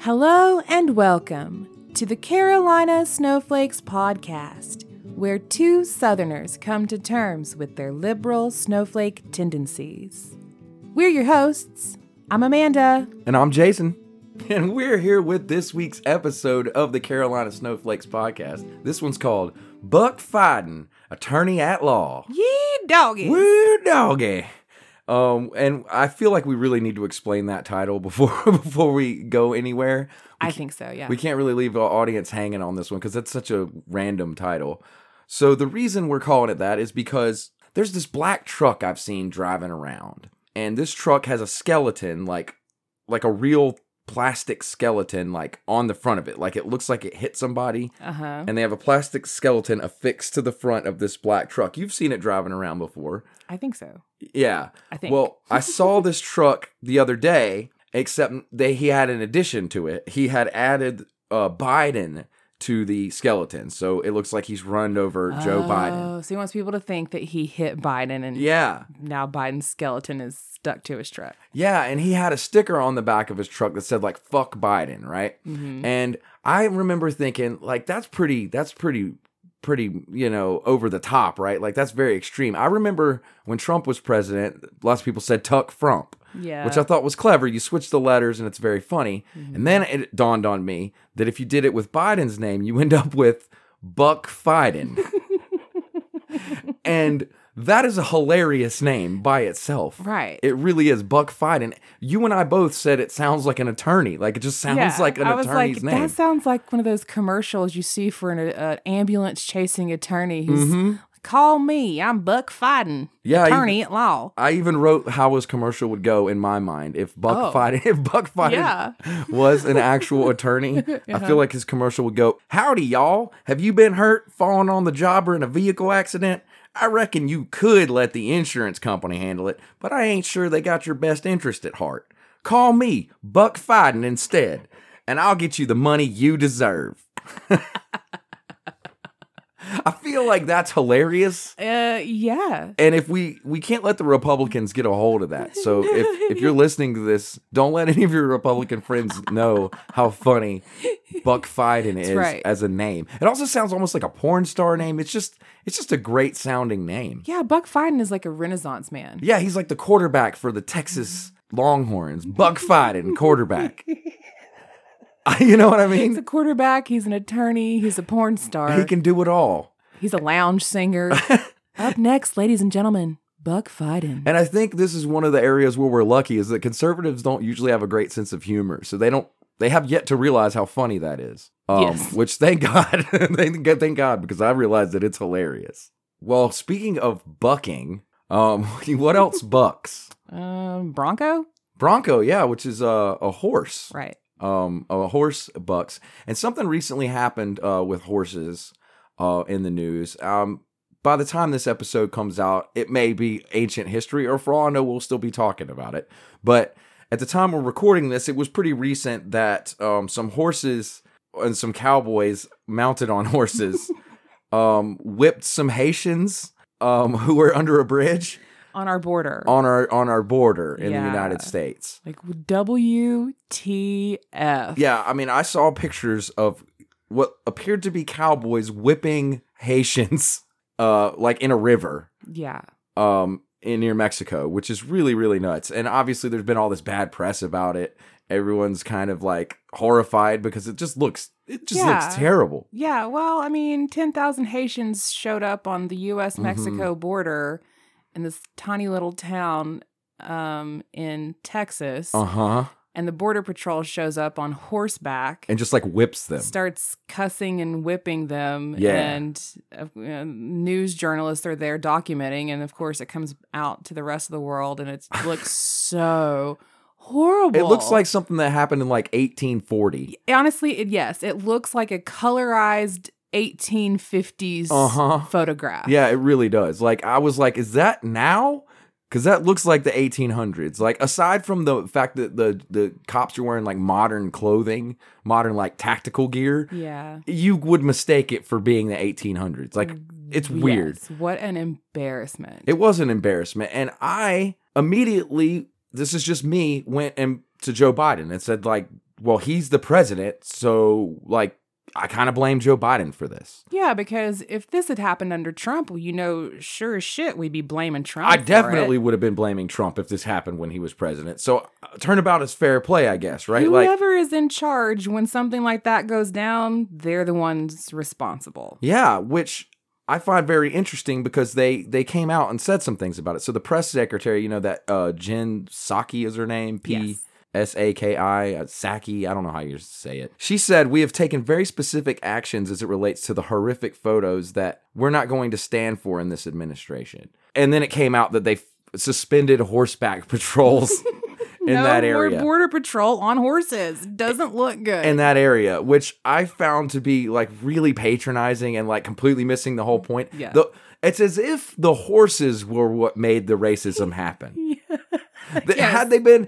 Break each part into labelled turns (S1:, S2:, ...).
S1: Hello and welcome to the Carolina Snowflakes Podcast, where two Southerners come to terms with their liberal snowflake tendencies. We're your hosts. I'm Amanda.
S2: And I'm Jason. And we're here with this week's episode of the Carolina Snowflakes podcast. This one's called Buck Fiden, Attorney at Law.
S1: Yee doggy.
S2: Weird doggy. Um, and I feel like we really need to explain that title before before we go anywhere.
S1: I think so, yeah.
S2: We can't really leave our audience hanging on this one because that's such a random title. So the reason we're calling it that is because there's this black truck I've seen driving around, and this truck has a skeleton like like a real plastic skeleton like on the front of it. Like it looks like it hit somebody,
S1: Uh huh.
S2: and they have a plastic skeleton affixed to the front of this black truck. You've seen it driving around before.
S1: I think so.
S2: Yeah.
S1: I think.
S2: Well, I saw this truck the other day, except they he had an addition to it. He had added uh, Biden to the skeleton, so it looks like he's run over Joe Biden.
S1: Oh, So he wants people to think that he hit Biden and
S2: Yeah,
S1: now Biden's skeleton is stuck to his truck.
S2: yeah, and he had a sticker on the back of his truck that said like "fuck Biden," right?
S1: Mm-hmm.
S2: And I remember thinking like that's pretty that's pretty pretty, you know, over the top, right? Like that's very extreme. I remember when Trump was president, lots of people said tuck Frump.
S1: Yeah. Mm-hmm.
S2: Which I thought was clever. You switch the letters and it's very funny. And then it dawned on me that if you did it with Biden's name, you end up with Buck Fiden. and that is a hilarious name by itself.
S1: Right.
S2: It really is Buck Fiden. You and I both said it sounds like an attorney. Like it just sounds like an
S1: I was
S2: attorney's
S1: like,
S2: name.
S1: That sounds like one of those commercials you see for an uh, ambulance chasing attorney who's call me, I'm Buck Fiden,
S2: Mm-hmm. Yeah, you-
S1: attorney at law.
S2: I even wrote how his commercial would go in my mind if Buck
S1: Oh.
S2: Fiden if Buck Fiden
S1: Yeah. Uh-huh.
S2: was an actual attorney. I feel like his commercial would go, "Howdy y'all, have you been hurt falling on the job or in a vehicle accident? I reckon you could let the insurance company handle it, but I ain't sure they got your best interest at heart. Call me Buck Fiden instead, and I'll get you the money you deserve." I feel like that's hilarious
S1: Uh, yeah.
S2: and if we we can't let the republicans get a hold of that so if if you're listening to this don't let any of your republican friends know how funny buck fiden is
S1: right.
S2: as a name it also sounds almost like a porn star name it's just it's just a great sounding name
S1: Yeah, Buck Fiden is like a renaissance man.
S2: yeah he's like the quarterback for the texas longhorns buck fiden quarterback you know what i
S1: He's a
S2: mean
S1: quarterback, he's an attorney, he's a porn star,
S2: he can do it all
S1: he's a lounge singer. Up next, ladies and gentlemen, Buck Fiden.
S2: And I think this is one of the areas where we're lucky is that conservatives don't usually have a great sense of humor. So they don't they have yet to realize how funny that is. Um,
S1: Yes.
S2: which thank God. thank God thank God because I realized that it's hilarious. Well, speaking of bucking, um what else bucks?
S1: Um, Bronco?
S2: Bronco, yeah, which is a, a horse.
S1: Right.
S2: Um a horse bucks. And something recently happened uh with horses uh in the news. Um by the time this episode comes out, it may be ancient history, or for all I know, we'll still be talking about it. But at the time we're recording this, it was pretty recent that um, some horses and some cowboys mounted on horses um, whipped some Haitians um, who were under a bridge
S1: On our border.
S2: on our on our border in
S1: Yeah.
S2: the United States.
S1: like WTF.
S2: Yeah, I mean, I saw pictures of what appeared to be cowboys whipping Haitians, uh, like in a river,
S1: Yeah.
S2: um, in near Mexico, which is really, really nuts. And obviously, there's been all this bad press about it. Everyone's kind of like horrified because it just looks, it just
S1: Yeah.
S2: looks terrible.
S1: Yeah, well, I mean, 10,000 Haitians showed up on the US Mexico
S2: Mm-hmm.
S1: border in this tiny little town um, in Texas.
S2: Uh huh.
S1: And the Border Patrol shows up on horseback,
S2: And just like whips them.
S1: starts cussing and whipping them.
S2: Yeah.
S1: And uh, you know, news journalists are there documenting. And of course, it comes out to the rest of the world and it looks so horrible.
S2: It looks like something that happened in like 1840.
S1: honestly, it, yes, it looks like a colorized 1850s
S2: Uh huh.
S1: photograph.
S2: Yeah, it really does. Like I was like, is that now? Because that looks like the 1800s. Like aside from the fact that the the cops are wearing like modern clothing, modern like tactical gear,
S1: Yeah.
S2: you would mistake it for being the 1800s. Like
S1: Mm.
S2: it's weird.
S1: Yes, What an embarrassment.
S2: It was an embarrassment, and I immediately this is just me went and to Joe Biden and said like well, he's the president, so like I kind of blame Joe Biden for this.
S1: Yeah, because if this had happened under Trump, well, you know, sure as shit, we'd be blaming Trump.
S2: I
S1: for it.
S2: definitely would have been blaming Trump if this happened when he was president. So uh, turnabout is fair play, I guess, right? like
S1: Whoever is in charge when something like that goes down, they're the ones responsible.
S2: Yeah, which I find very interesting because they they came out and said some things about it. So the press secretary, you know that uh Jen Psaki is her name, P
S1: Yes.
S2: S A K I uh, Psaki, I don't know how you say it. She said, "We have taken very specific actions as it relates to the horrific photos that we're not going to stand for in this administration." And then it came out that they f- suspended horseback patrols in
S1: no
S2: that
S1: more
S2: area.
S1: border patrol on horses doesn't look good.
S2: in that area, which I found to be like really patronizing and like completely missing the whole point.
S1: Yeah.
S2: The, it's as if the horses were what made the racism happen. Th-
S1: Yes.
S2: Had they been,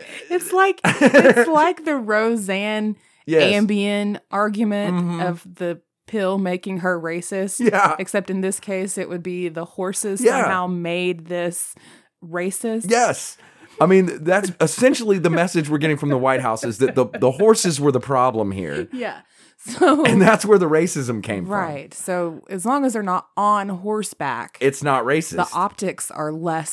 S1: it's like it's like the Roseanne
S2: yes,
S1: Ambien argument
S2: Mhm.
S1: of the pill making her racist.
S2: yeah,
S1: Except in this case, it would be the horses
S2: Yeah.
S1: somehow made this racist.
S2: yes. I mean, that's essentially the message we're getting from the White House is that the the horses were the problem here,
S1: Yeah. So
S2: and that's where the racism came from.
S1: right. So as long as they're not on horseback,
S2: It's not racist.
S1: the optics are less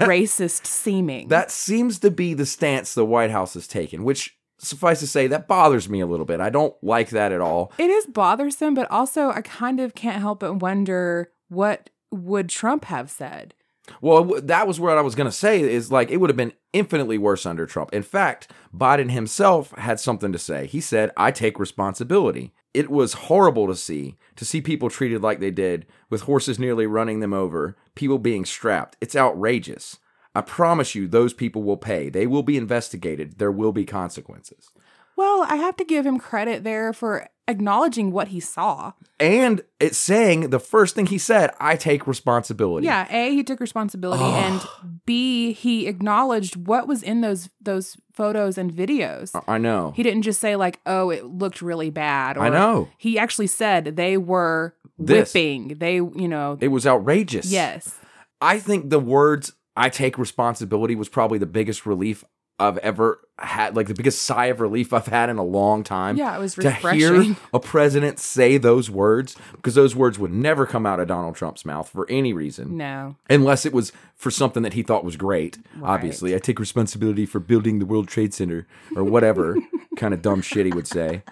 S1: racist seeming.
S2: That seems to be the stance the White House has taken, which suffice to say that bothers me a little bit. I don't like that at all.
S1: it is bothersome, but also I kind of can't help but wonder what would Trump have said.
S2: Well, w- that was what I was going to say is like it would have been infinitely worse under Trump. In fact, Biden himself had something to say. He said, "I take responsibility." It was horrible to see to see people treated like they did with horses nearly running them over, people being strapped. It's outrageous. I promise you those people will pay. They will be investigated. There will be consequences.
S1: Well, I have to give him credit there for acknowledging what he saw.
S2: And it's saying the first thing he said, "I take responsibility."
S1: Yeah, A, he took responsibility and B, he acknowledged what was in those those photos and videos.
S2: I- I know.
S1: He didn't just say like, "Oh, it looked really bad." Or,
S2: I know.
S1: He actually said they were
S2: This.
S1: whipping. They, you know,
S2: It was outrageous.
S1: yes.
S2: I think the words I take responsibility was probably the biggest relief I've ever had, like the biggest sigh of relief I've had in a long time.
S1: Yeah, it was
S2: To hear
S1: refreshing.
S2: a president say those words, because those words would never come out of Donald Trump's mouth for any reason,
S1: No.
S2: unless it was for something that he thought was great.
S1: Right.
S2: Obviously, I take responsibility for building the World Trade Center or whatever kind of dumb shit he would say.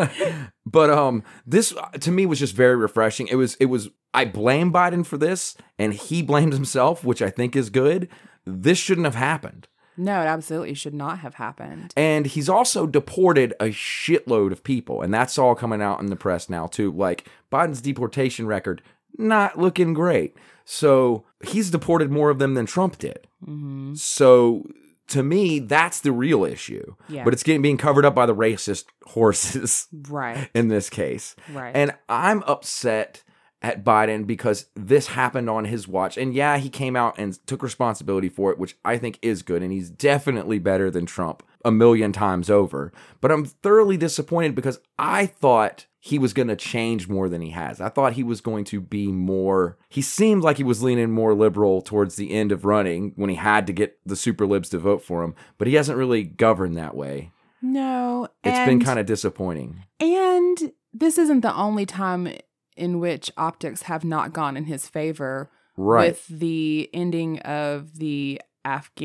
S2: but um this uh, to me was just very refreshing it was it was i blame biden for this and he blamed himself which i think is good this shouldn't have happened
S1: No, it absolutely should not have happened.
S2: and he's also deported a shitload of people and that's all coming out in the press now too like biden's deportation record not looking great so he's deported more of them than trump did
S1: hmm
S2: so to me that's the real issue
S1: Yeah.
S2: but it's getting being covered up by the racist horses
S1: Right.
S2: in this case
S1: Right.
S2: and I'm upset at Biden because this happened on his watch. And yeah, he came out and took responsibility for it, which I think is good. And he's definitely better than Trump a million times over. But I'm thoroughly disappointed because I thought he was going to change more than he has. I thought he was going to be more, he seemed like he was leaning more liberal towards the end of running when he had to get the super libs to vote for him, but he hasn't really governed that way.
S1: no.
S2: It's
S1: and,
S2: been kind of disappointing.
S1: And this isn't the only time in which optics have not gone in his favor
S2: Right.
S1: with the ending of the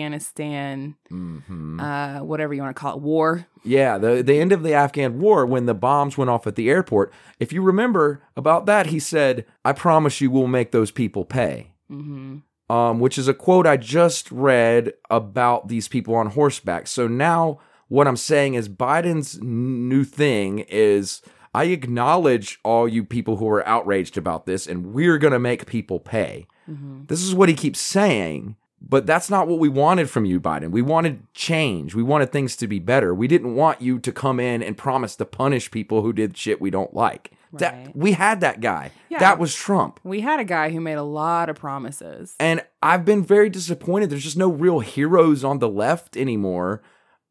S1: Afghanistan
S2: hmm
S1: uh whatever you want to call it war.
S2: Yeah, the the end of the Afghan war when the bombs went off at the airport. If you remember about that, he said, "I promise you, we'll make those people pay."
S1: Mm-hmm.
S2: Um, which is a quote I just read about these people on horseback. So now what I'm saying is Biden's n- new thing is I acknowledge all you people who are outraged about this, and we're gonna make people pay.
S1: Mm-hmm.
S2: This is what he keeps saying, but that's not what we wanted from you, Biden. We wanted change. We wanted things to be better. We didn't want you to come in and promise to punish people who did shit we don't like. That
S1: Right.
S2: we had that guy.
S1: Yeah.
S2: That was Trump.
S1: We had a guy who made a lot of promises.
S2: And I've been very disappointed. There's just no real heroes on the left anymore.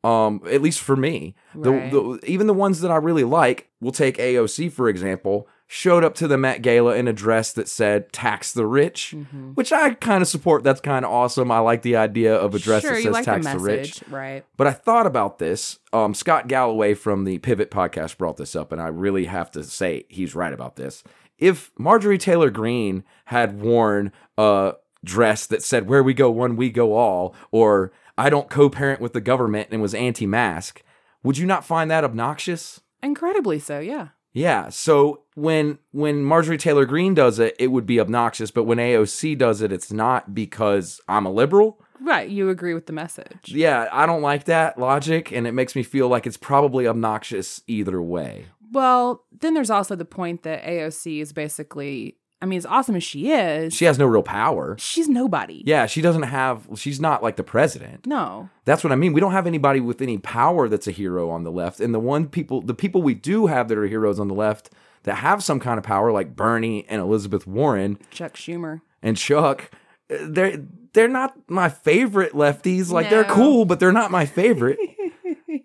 S2: Um, at least for me, the,
S1: Right.
S2: the, even the ones that I really like, we'll take AOC for example. showed up to the Met Gala in a dress that said "Tax the Rich,"
S1: Mm-hmm.
S2: which I kind of support. That's kind of awesome. I like the idea of a dress
S1: sure,
S2: that
S1: you
S2: says
S1: like
S2: "Tax
S1: the
S2: the,
S1: message,
S2: Rich."
S1: right?
S2: But I thought about this. Um, Scott Galloway from the Pivot podcast brought this up, and I really have to say he's right about this. If Marjorie Taylor Greene had worn a dress that said "Where we go, one we go all," or "I don't co-parent with the government" and was anti-mask, would you not find that obnoxious?
S1: Incredibly so, yeah.
S2: Yeah. So when when Marjorie Taylor Greene does it, it would be obnoxious, but when AOC does it, it's not because I'm a liberal.
S1: Right, you agree with the message.
S2: Yeah, I don't like that logic, and it makes me feel like it's probably obnoxious either way.
S1: Well, then there's also the point that AOC is basically, I mean, as awesome as she is,
S2: She has no real power.
S1: she's nobody.
S2: Yeah, she doesn't have. She's not like the president.
S1: No.
S2: That's what I mean. We don't have anybody with any power that's a hero on the left, and the one people, the people we do have that are heroes on the left that have some kind of power, like Bernie and Elizabeth Warren,
S1: Chuck Schumer.
S2: and Chuck, uh, they're they're not my favorite lefties. Like they're
S1: No.
S2: cool, but they're not my favorite.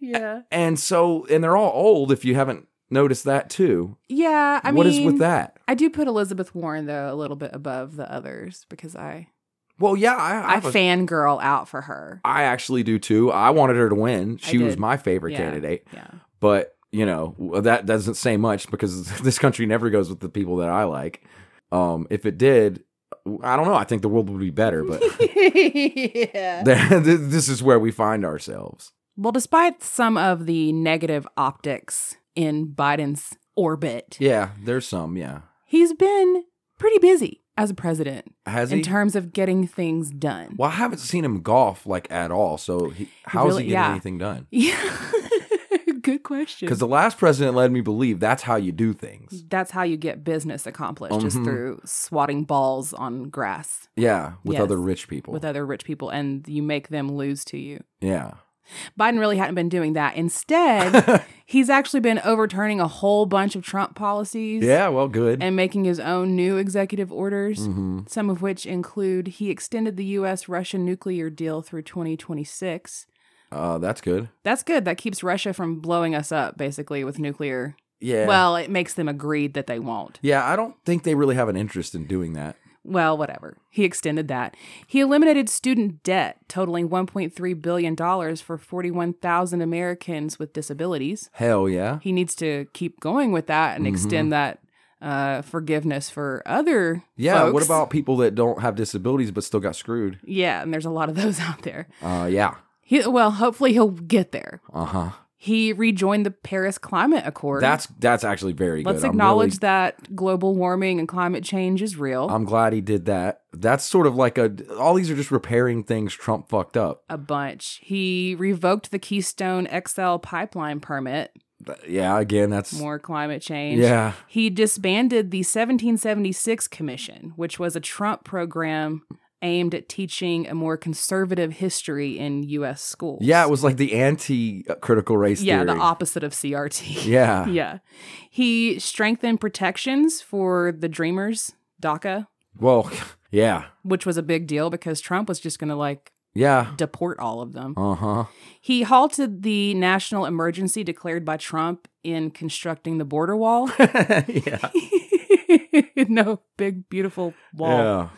S1: yeah.
S2: and so, and they're all old. If you haven't noticed that too,
S1: Yeah. I
S2: what
S1: mean,
S2: is with that?
S1: I do put Elizabeth Warren, though, a little bit above the others because I,
S2: Well, yeah, I I,
S1: I,
S2: have a-
S1: fangirl out for her.
S2: I actually do too. I wanted her to win.
S1: I
S2: She was
S1: did.
S2: my favorite
S1: Yeah.
S2: candidate,
S1: Yeah.
S2: but you know w- that doesn't say much because this country never goes with the people that I like. Um, if it did, I don't know. I think the world would be better, but
S1: yeah.
S2: this is where we find ourselves.
S1: Well, despite some of the negative optics in Biden's orbit,
S2: Yeah, there's some. Yeah,
S1: he's been pretty busy as a president
S2: has
S1: in
S2: he?
S1: terms of getting things done.
S2: Well, I haven't seen him golf like at all. So he, how is
S1: really-
S2: he getting
S1: yeah.
S2: anything done?
S1: Yeah. Good question.
S2: Because the last president led me believe that's how you do things.
S1: that's how you get business accomplished, just
S2: Mhm.
S1: through swatting balls on grass
S2: Yeah, with
S1: Yes.
S2: other rich people.
S1: with other rich people, and you make them lose to you.
S2: yeah.
S1: Biden really hadn't been doing that. Instead, he's actually been overturning a whole bunch of Trump policies
S2: yeah. Well, good.
S1: and making his own new executive orders.
S2: hmm
S1: some of which include he extended the U.S. Russia nuclear deal through 2026.
S2: Uh, that's good.
S1: That's good. That keeps Russia from blowing us up, basically, with nuclear.
S2: Yeah.
S1: Well, it makes them agreed that they won't.
S2: Yeah, I don't think they really have an interest in doing that.
S1: Well, whatever. He extended that. He eliminated student debt totaling $1.3 billion for 41,000 Americans with disabilities.
S2: Hell yeah.
S1: He needs to keep going with that and
S2: Mhm.
S1: extend that uh, forgiveness for other.
S2: Yeah. What
S1: folks.
S2: about people that don't have disabilities but still got screwed?
S1: Yeah, and there's a lot of those out there.
S2: Uh, yeah.
S1: He, well, hopefully he'll get there.
S2: Uh huh.
S1: he rejoined the Paris Climate Accord.
S2: That's that's actually very good.
S1: let's
S2: I'm
S1: acknowledge
S2: really-
S1: that global warming and climate change is real.
S2: I'm glad he did that. That's sort of like a. All these are just repairing things Trump fucked up.
S1: a bunch. He revoked the Keystone XL pipeline permit.
S2: Th- Yeah. Again, that's.
S1: More climate change.
S2: yeah.
S1: He disbanded the 1776 Commission, which was a Trump program aimed at teaching a more conservative history in U.S. schools.
S2: Yeah, it was like the anti-critical race
S1: yeah,
S2: theory.
S1: the opposite of CRT.
S2: Yeah.
S1: yeah. He strengthened protections for the Dreamers, DACA.
S2: Well, yeah,
S1: which was a big deal because Trump was just going to like
S2: yeah.
S1: deport all of them.
S2: Uh huh.
S1: He halted the national emergency declared by Trump in constructing the border wall.
S2: yeah.
S1: no big, beautiful wall.
S2: Yeah.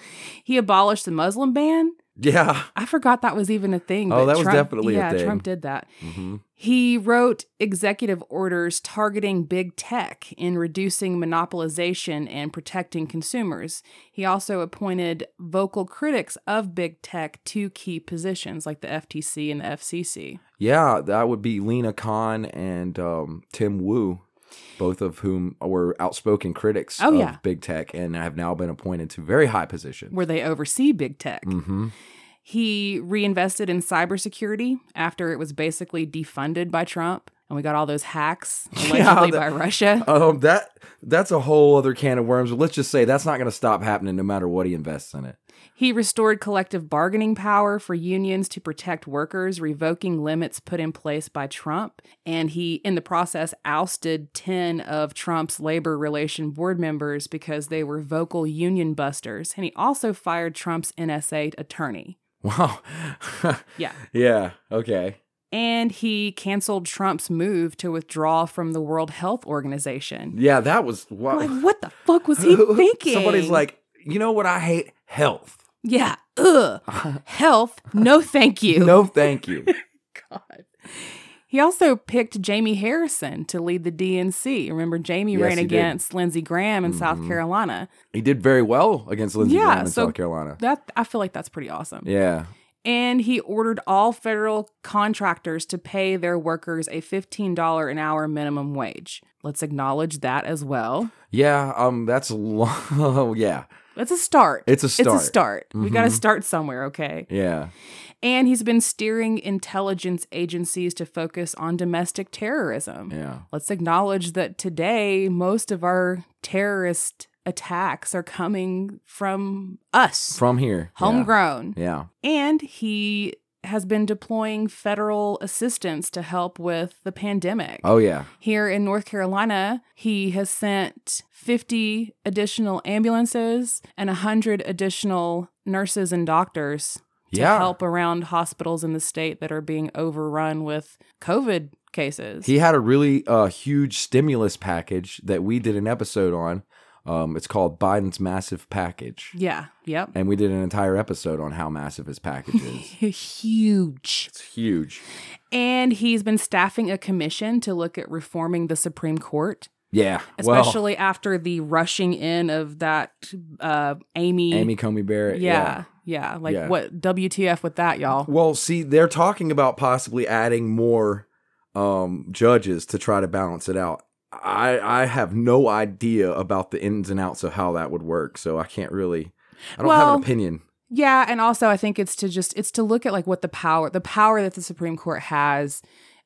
S1: He abolished the Muslim ban.
S2: Yeah.
S1: I forgot that was even a thing.
S2: Oh,
S1: but
S2: that was
S1: Trump-
S2: definitely a
S1: yeah,
S2: thing.
S1: Trump did that.
S2: hmm
S1: He wrote executive orders targeting big tech in reducing monopolization and protecting consumers. He also appointed vocal critics of big tech to key positions like the FTC and the FCC.
S2: Yeah, that would be Lena Khan and um, Tim Wu, both of whom were outspoken critics
S1: Oh,
S2: of
S1: yeah.
S2: big tech and have now been appointed to very high positions.
S1: Where they oversee big tech.
S2: hmm
S1: He reinvested in cybersecurity after it was basically defunded by Trump, and we got all those hacks allegedly
S2: Yeah, the-
S1: by Russia.
S2: Um, that that's a whole other can of worms. But let's just say that's not going to stop happening, no matter what he invests in it.
S1: He restored collective bargaining power for unions to protect workers, revoking limits put in place by Trump. And he, in the process, ousted 10 of Trump's labor relation board members because they were vocal union busters. And he also fired Trump's NSA attorney.
S2: Wow.
S1: Yeah.
S2: yeah. Okay.
S1: And he canceled Trump's move to withdraw from the World Health Organization.
S2: Yeah, that was wow.
S1: Like, what the fuck was he thinking?
S2: Somebody's like, you know what I hate? Health.
S1: yeah, ugh, health, no thank you.
S2: No, thank you.
S1: God. He also picked Jamie Harrison to lead the DNC. Remember, Jamie
S2: Yes,
S1: ran
S2: he did. Mm-hmm.
S1: against Lindsey Graham in South Carolina.
S2: he did very well against Lindsey
S1: Yeah,
S2: Graham in
S1: so-
S2: South Carolina.
S1: That I feel like that's pretty awesome.
S2: Yeah.
S1: And he ordered all federal contractors to pay their workers a $15 an hour minimum wage. Let's acknowledge that as well.
S2: Yeah, um, that's long. yeah,
S1: That's a start.
S2: it's a start.
S1: It's a start. We got to
S2: Mhm.
S1: start somewhere, okay?
S2: Yeah,
S1: And he's been steering intelligence agencies to focus on domestic terrorism.
S2: yeah,
S1: let's acknowledge that today most of our terrorist attacks are coming from us,
S2: from here, Yeah.
S1: homegrown.
S2: Yeah,
S1: And he has been deploying federal assistance to help with the pandemic.
S2: oh yeah,
S1: Here in North Carolina, he has sent 50 additional ambulances and 100 additional nurses and doctors to
S2: yeah.
S1: help around hospitals in the state that are being overrun with COVID cases.
S2: He had a really uh, huge stimulus package that we did an episode on. Um, it's called Biden's massive package,
S1: yeah, yep.
S2: and we did an entire episode on how massive his package is.
S1: huge.
S2: it's huge.
S1: And he's been staffing a commission to look at reforming the Supreme Court,
S2: Yeah, well,
S1: especially after the rushing in of that uh, Amy.
S2: Amy Comey Barrett.
S1: yeah, yeah, Like
S2: Yeah.
S1: what? WTF with that, y'all?
S2: Well, see, they're talking about possibly adding more um, judges to try to balance it out. I I have no idea about the ins and outs of how that would work, so I can't really. I don't have
S1: Well-
S2: an opinion.
S1: Yeah, and also I think it's to just it's to look at like what the power the power that the Supreme Court has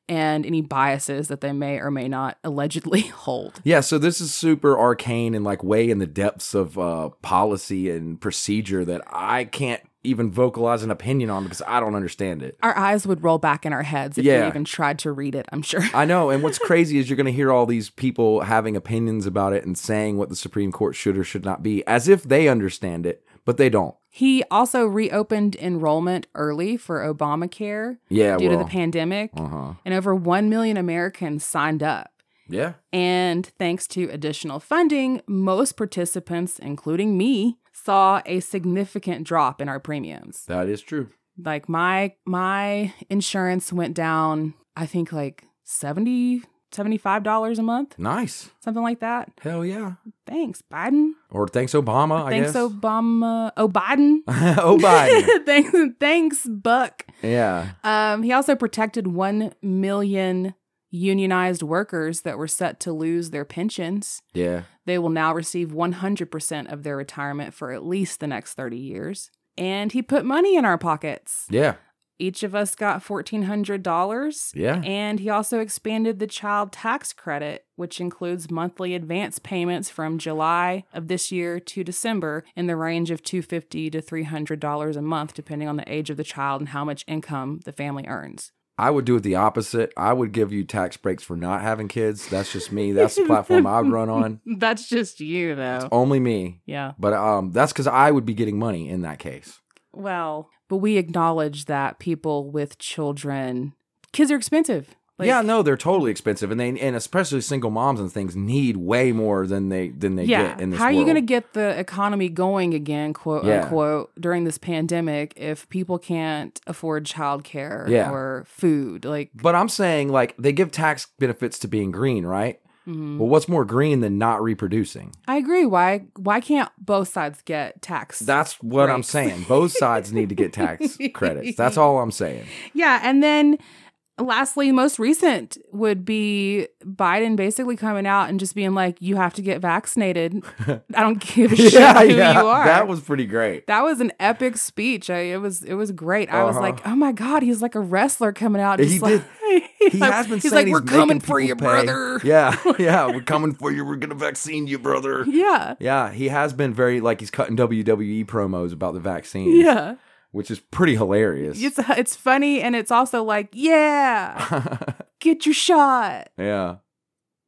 S1: and any biases that they may or may not allegedly hold.
S2: Yeah, so this is super arcane and like way in the depths of uh, policy and procedure that I can't even vocalize an opinion on because I don't understand it.
S1: Our eyes would roll back in our heads if we
S2: Yeah.
S1: even tried to read it. I'm sure.
S2: I know, and what's crazy is you're going to hear all these people having opinions about it and saying what the Supreme Court should or should not be, as if they understand it, but they don't.
S1: He also reopened enrollment early for Obamacare
S2: Yeah,
S1: due
S2: well,
S1: to the pandemic,
S2: Uh huh.
S1: and over 1 million Americans signed up.
S2: Yeah.
S1: And thanks to additional funding, most participants, including me, saw a significant drop in our premiums.
S2: That is true.
S1: Like my my insurance went down, I think like 70 $75 a month,
S2: Nice.
S1: something like that.
S2: Hell yeah.
S1: Thanks, Biden.
S2: Or thanks Obama,
S1: thanks,
S2: I guess.
S1: Obama. Oh, Biden.
S2: oh Biden.
S1: thanks, thanks, Buck.
S2: yeah.
S1: Um, he also protected 1 million unionized workers that were set to lose their pensions.
S2: Yeah.
S1: They will now receive 100% of their retirement for at least the next 30 years. And he put money in our pockets.
S2: Yeah.
S1: Each of us got $1,400.
S2: Yeah.
S1: And he also expanded the child tax credit, which includes monthly advance payments from July of this year to December in the range of $250 to $300 a month, depending on the age of the child and how much income the family earns.
S2: I would do it the opposite. I would give you tax breaks for not having kids. That's just me. That's the platform I would run on.
S1: That's just you, though.
S2: Only me.
S1: Yeah.
S2: But um that's cuz I would be getting money in that case.
S1: Well, but we acknowledge that people with children, kids are expensive. Like,
S2: yeah, no, they're totally expensive and they and especially single moms and things need way more than they than they
S1: yeah.
S2: get in this
S1: How are you
S2: world.
S1: going to get the economy going again, quote
S2: Yeah.
S1: unquote, during this pandemic if people can't afford childcare
S2: Yeah.
S1: or food? Like,
S2: But I'm saying like they give tax benefits to being green, right?
S1: mhm.
S2: Well, what's more green than not reproducing?
S1: I agree. Why? Why can't both sides get taxed?
S2: That's what I'm
S1: breaks.
S2: saying. Both sides need to get tax credits. That's all I'm saying.
S1: yeah, and then. Lastly, most recent would be Biden basically coming out and just being like, "You have to get vaccinated. I don't give a shit who you are."
S2: That was pretty great.
S1: That was an epic speech. I, it was it was great. I was
S2: Uh-huh.
S1: like, oh my god, he's like a wrestler coming out. Just
S2: He
S1: like,
S2: He
S1: like-
S2: has been
S1: he's
S2: saying
S1: like, we're
S2: he's
S1: coming
S2: making
S1: for
S2: people
S1: you,
S2: pay."
S1: brother.
S2: Yeah, yeah, we're coming for you. We're gonna vaccine you, brother.
S1: Yeah,
S2: Yeah, he has been very like he's cutting WWE promos about the vaccine,
S1: yeah.
S2: which is pretty hilarious.
S1: It's it's funny and it's also like, yeah, get your shot.
S2: Yeah.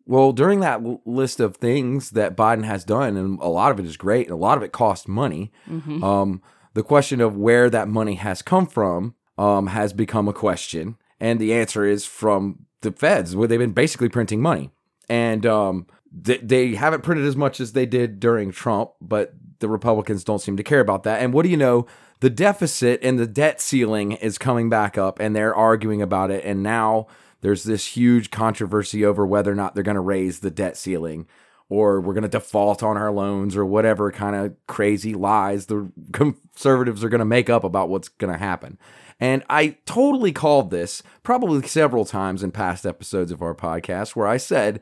S2: Well, during that l- list of things that Biden has done, and a lot of it is great, and a lot of it costs money.
S1: Mhm.
S2: Um, the question of where that money has come from um, has become a question. And the answer is from the feds, where they've been basically printing money. And um, they, they haven't printed as much as they did during Trump, but the Republicans don't seem to care about that. And what do you know? The deficit and the debt ceiling is coming back up, and they're arguing about it. And now there's this huge controversy over whether or not they're going to raise the debt ceiling or we're going to default on our loans or whatever kind of crazy lies the conservatives are going to make up about what's going to happen. And I totally called this probably several times in past episodes of our podcast where I said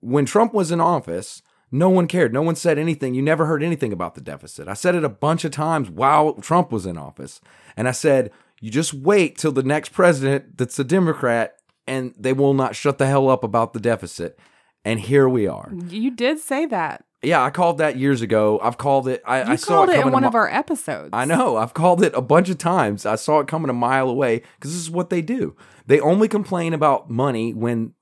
S2: when Trump was in office, no one cared. No one said anything. You never heard anything about the deficit. I said it a bunch of times while Trump was in office. And I said, you just wait till the next president that's a Democrat and they will not shut the hell up about the deficit. And here we are.
S1: You did say that.
S2: Yeah, I called that years ago. I've called it. I,
S1: You
S2: I saw
S1: called
S2: it
S1: it,
S2: coming
S1: in
S2: a
S1: one
S2: mi-
S1: of our episodes.
S2: I know. I've called it a bunch of times. I saw it coming a mile away because this is what they do. They only complain about money when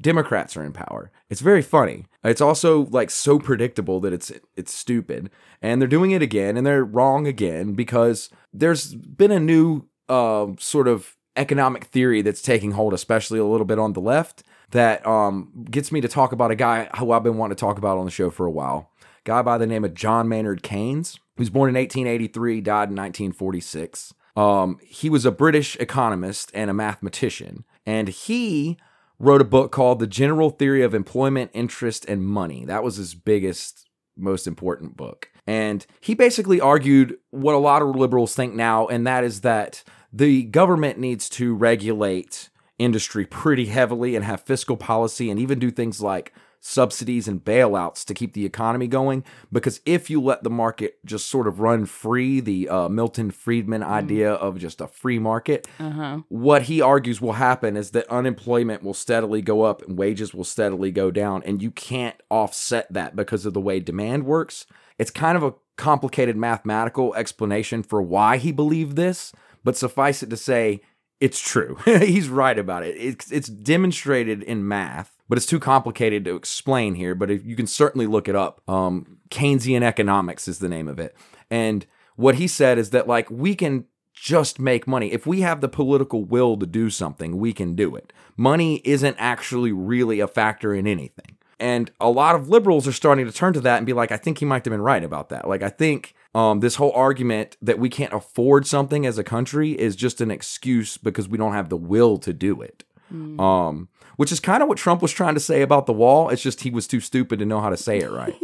S2: Democrats are in power. It's very funny. It's also like so predictable that it's it's stupid. And they're doing it again and they're wrong again because there's been a new uh, sort of economic theory that's taking hold, especially a little bit on the left, that um, gets me to talk about a guy who I've been wanting to talk about on the show for a while guy by the name of John Maynard Keynes, who's born in 1883, died in 1946. Um, he was a British economist and a mathematician, and he wrote a book called The General Theory of Employment, Interest, and Money. That was his biggest, most important book. And he basically argued what a lot of liberals think now, and that is that the government needs to regulate industry pretty heavily and have fiscal policy and even do things like subsidies and bailouts to keep the economy going. Because if you let the market just sort of run free, the uh, Milton Friedman idea of just a free market,
S1: Uh-huh.
S2: what he argues will happen is that unemployment will steadily go up and wages will steadily go down. And you can't offset that because of the way demand works. It's kind of a complicated mathematical explanation for why he believed this, but suffice it to say, it's true. He's right about it. It's, it's demonstrated in math, but it's too complicated to explain here. But if, you can certainly look it up. Um, Keynesian economics is the name of it. And what he said is that, like, we can just make money. If we have the political will to do something, we can do it. Money isn't actually really a factor in anything. And a lot of liberals are starting to turn to that and be like, I think he might have been right about that. Like, I think um, this whole argument that we can't afford something as a country is just an excuse because we don't have the will to do it. Um, which is kind of what Trump was trying to say about the wall. It's just he was too stupid to know how to say it right.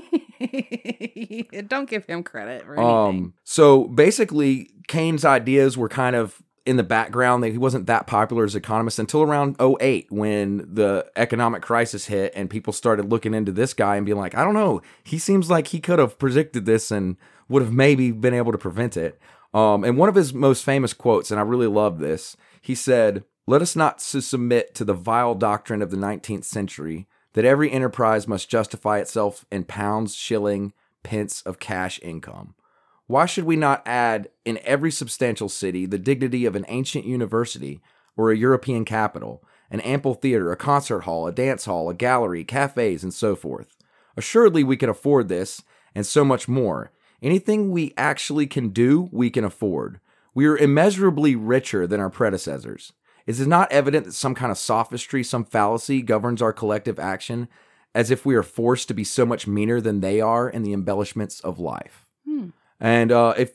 S1: Don't give him credit for anything.
S2: Um, so basically, Keynes' ideas were kind of in the background. They- He wasn't that popular as an economist until around 08 when the economic crisis hit and people started looking into this guy and being like, I don't know, he seems like he could have predicted this and would have maybe been able to prevent it. Um, and one of his most famous quotes, and I really love this, he said, Let us not su- submit to the vile doctrine of the 19th century that every enterprise must justify itself in pounds, shilling, pence of cash income. Why should we not add in every substantial city the dignity of an ancient university or a European capital, an ample theater, a concert hall, a dance hall, a gallery, cafes, and so forth? Assuredly, we can afford this and so much more. Anything we actually can do, we can afford. We are immeasurably richer than our predecessors. Is it not evident that some kind of sophistry, some fallacy governs our collective action, as if we are forced to be so much meaner than they are in the embellishments of life?
S1: Hmm.
S2: And uh, if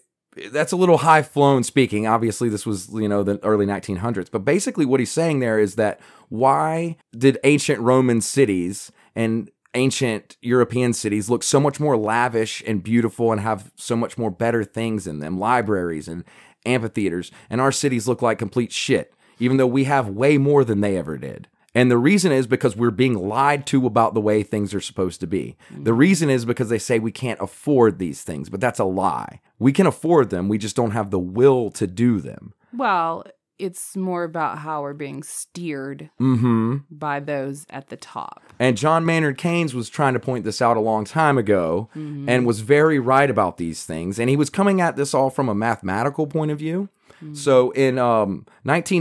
S2: that's a little high flown speaking, obviously this was you know the early 1900s, but basically what he's saying there is that why did ancient Roman cities and ancient European cities look so much more lavish and beautiful and have so much more better things in them, libraries and amphitheaters, and our cities look like complete shit, even though we have way more than they ever did. And the reason is because we're being lied to about the way things are supposed to be. The reason is because they say we can't afford these things, but that's a lie. We can afford them, we just don't have the will to do them.
S1: Well, it's more about how we're being steered
S2: hmm
S1: by those at the top.
S2: And John Maynard Keynes was trying to point this out a long time ago
S1: Mhm.
S2: and was very right about these things. And he was coming at this all from a mathematical point of view. So in um,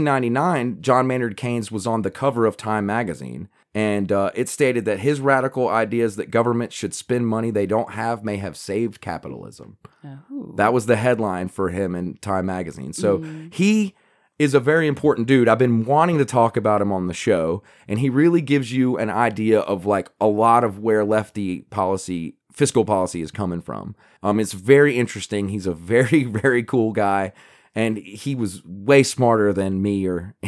S2: 1999, John Maynard Keynes was on the cover of Time magazine, and uh, it stated that his radical ideas that governments should spend money they don't have may have saved capitalism.
S1: Oh.
S2: That was the headline for him in Time magazine. So he is a very important dude. I've been wanting to talk about him on the show, and he really gives you an idea of like a lot of where lefty policy, fiscal policy is coming from. Um, it's very interesting. He's a very, very cool guy, and he was way smarter than me or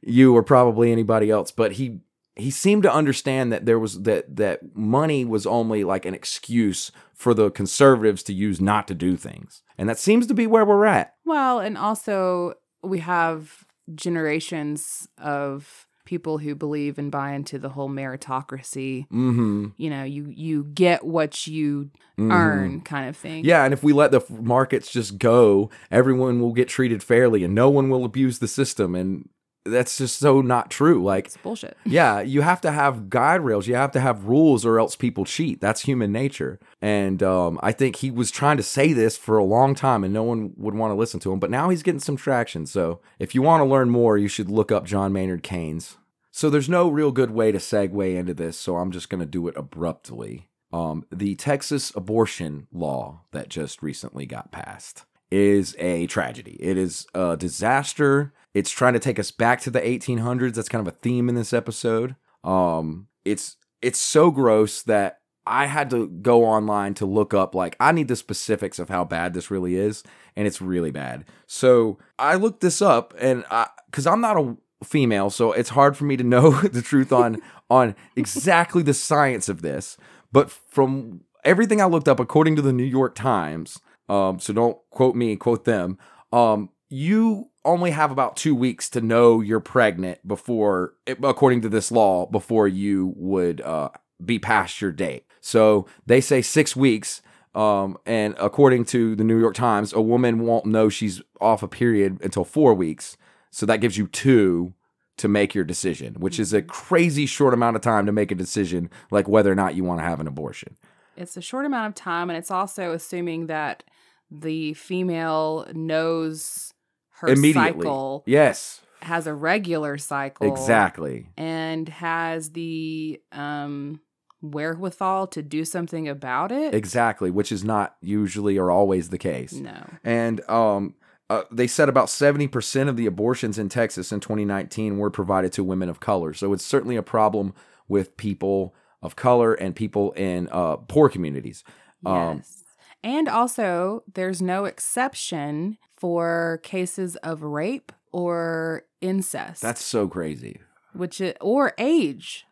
S2: you or probably anybody else. But he he seemed to understand that there was that that money was only like an excuse for the conservatives to use not to do things, and that seems to be where we're at.
S1: Well, and also we have generations of people who believe and buy into the whole meritocracy.
S2: Mm-hmm.
S1: You know, you you get what you earn kind of thing.
S2: Yeah, and if we let the f- markets just go, everyone will get treated fairly and no one will abuse the system. And that's just so not true. Like,
S1: It's bullshit.
S2: yeah, you have to have guide rails, you have to have rules, or else people cheat. That's human nature. And um, I think he was trying to say this for a long time and no one would want to listen to him, but now he's getting some traction. So if you want to learn more, you should look up John Maynard Keynes. So there's no real good way to segue into this, so I'm just going to do it abruptly. Um, the Texas abortion law that just recently got passed is a tragedy. It is a disaster. It's trying to take us back to the 1800s. That's kind of a theme in this episode. Um, it's it's so gross that I had to go online to look up like I need the specifics of how bad this really is, and it's really bad. So I looked this up, and I because I'm not a female, so it's hard for me to know the truth on on exactly the science of this. But from everything I looked up, according to the New York Times, um, so don't quote me, quote them. Um, you only have about two weeks to know you're pregnant before, according to this law, before you would uh, be past your date. So they say six weeks. Um, and according to the New York Times, a woman won't know she's off a period until four weeks. So that gives you two to make your decision, which is a
S1: Mm-hmm.
S2: crazy short amount of time to make a decision, like whether or not you want to have an abortion.
S1: It's a short amount of time and it's also assuming that the female knows her
S2: Immediately.
S1: cycle,
S2: Yes,
S1: has a regular cycle.
S2: exactly.
S1: And has the um wherewithal to do something about it.
S2: Exactly, which is not usually or always the case.
S1: No.
S2: And um, uh, they said about 70% of the abortions in Texas in 2019 were provided to women of color. So it's certainly a problem with people of color and people in uh, poor communities. Um,
S1: Yes. and also, there's no exception for cases of rape or incest.
S2: That's so crazy.
S1: which is, or age.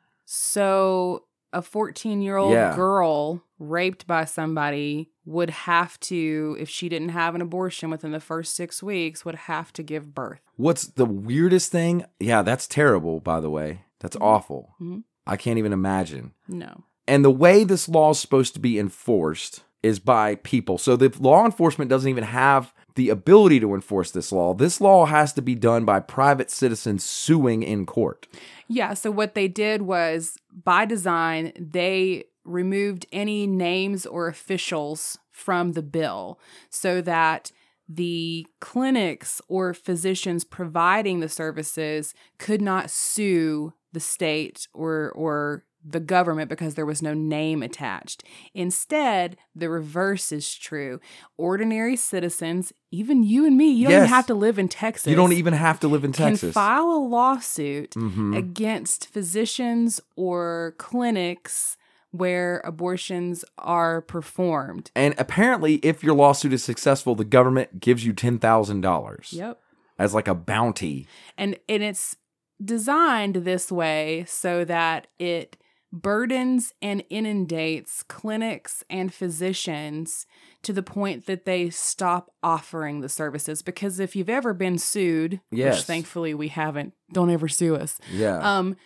S1: So a 14-year-old
S2: Yeah.
S1: girl raped by somebody would have to if she didn't have an abortion within the first 6 weeks would have to give birth.
S2: What's the weirdest thing? Yeah, that's terrible, by the way. That's
S1: Mhm.
S2: awful.
S1: Mhm.
S2: I can't even imagine.
S1: No.
S2: And the way this law is supposed to be enforced is by people. So the law enforcement doesn't even have the ability to enforce this law. This law has to be done by private citizens suing in court.
S1: Yeah, so what they did was by design, they removed any names or officials from the bill so that the clinics or physicians providing the services could not sue the state or or the government because there was no name attached. Instead, the reverse is true. Ordinary citizens, even you and me, you don't
S2: Yes.
S1: even have to live in Texas.
S2: You don't even have to live in
S1: can
S2: Texas.
S1: file a lawsuit
S2: Mhm.
S1: against physicians or clinics where abortions are performed.
S2: And apparently, if your lawsuit is successful, the government gives you ten thousand dollars
S1: Yep.
S2: as like a bounty.
S1: And and it's designed this way so that it burdens and inundates clinics and physicians to the point that they stop offering the services because if you've ever been sued,
S2: Yes.
S1: which thankfully we haven't, don't ever sue us.
S2: Yeah.
S1: Um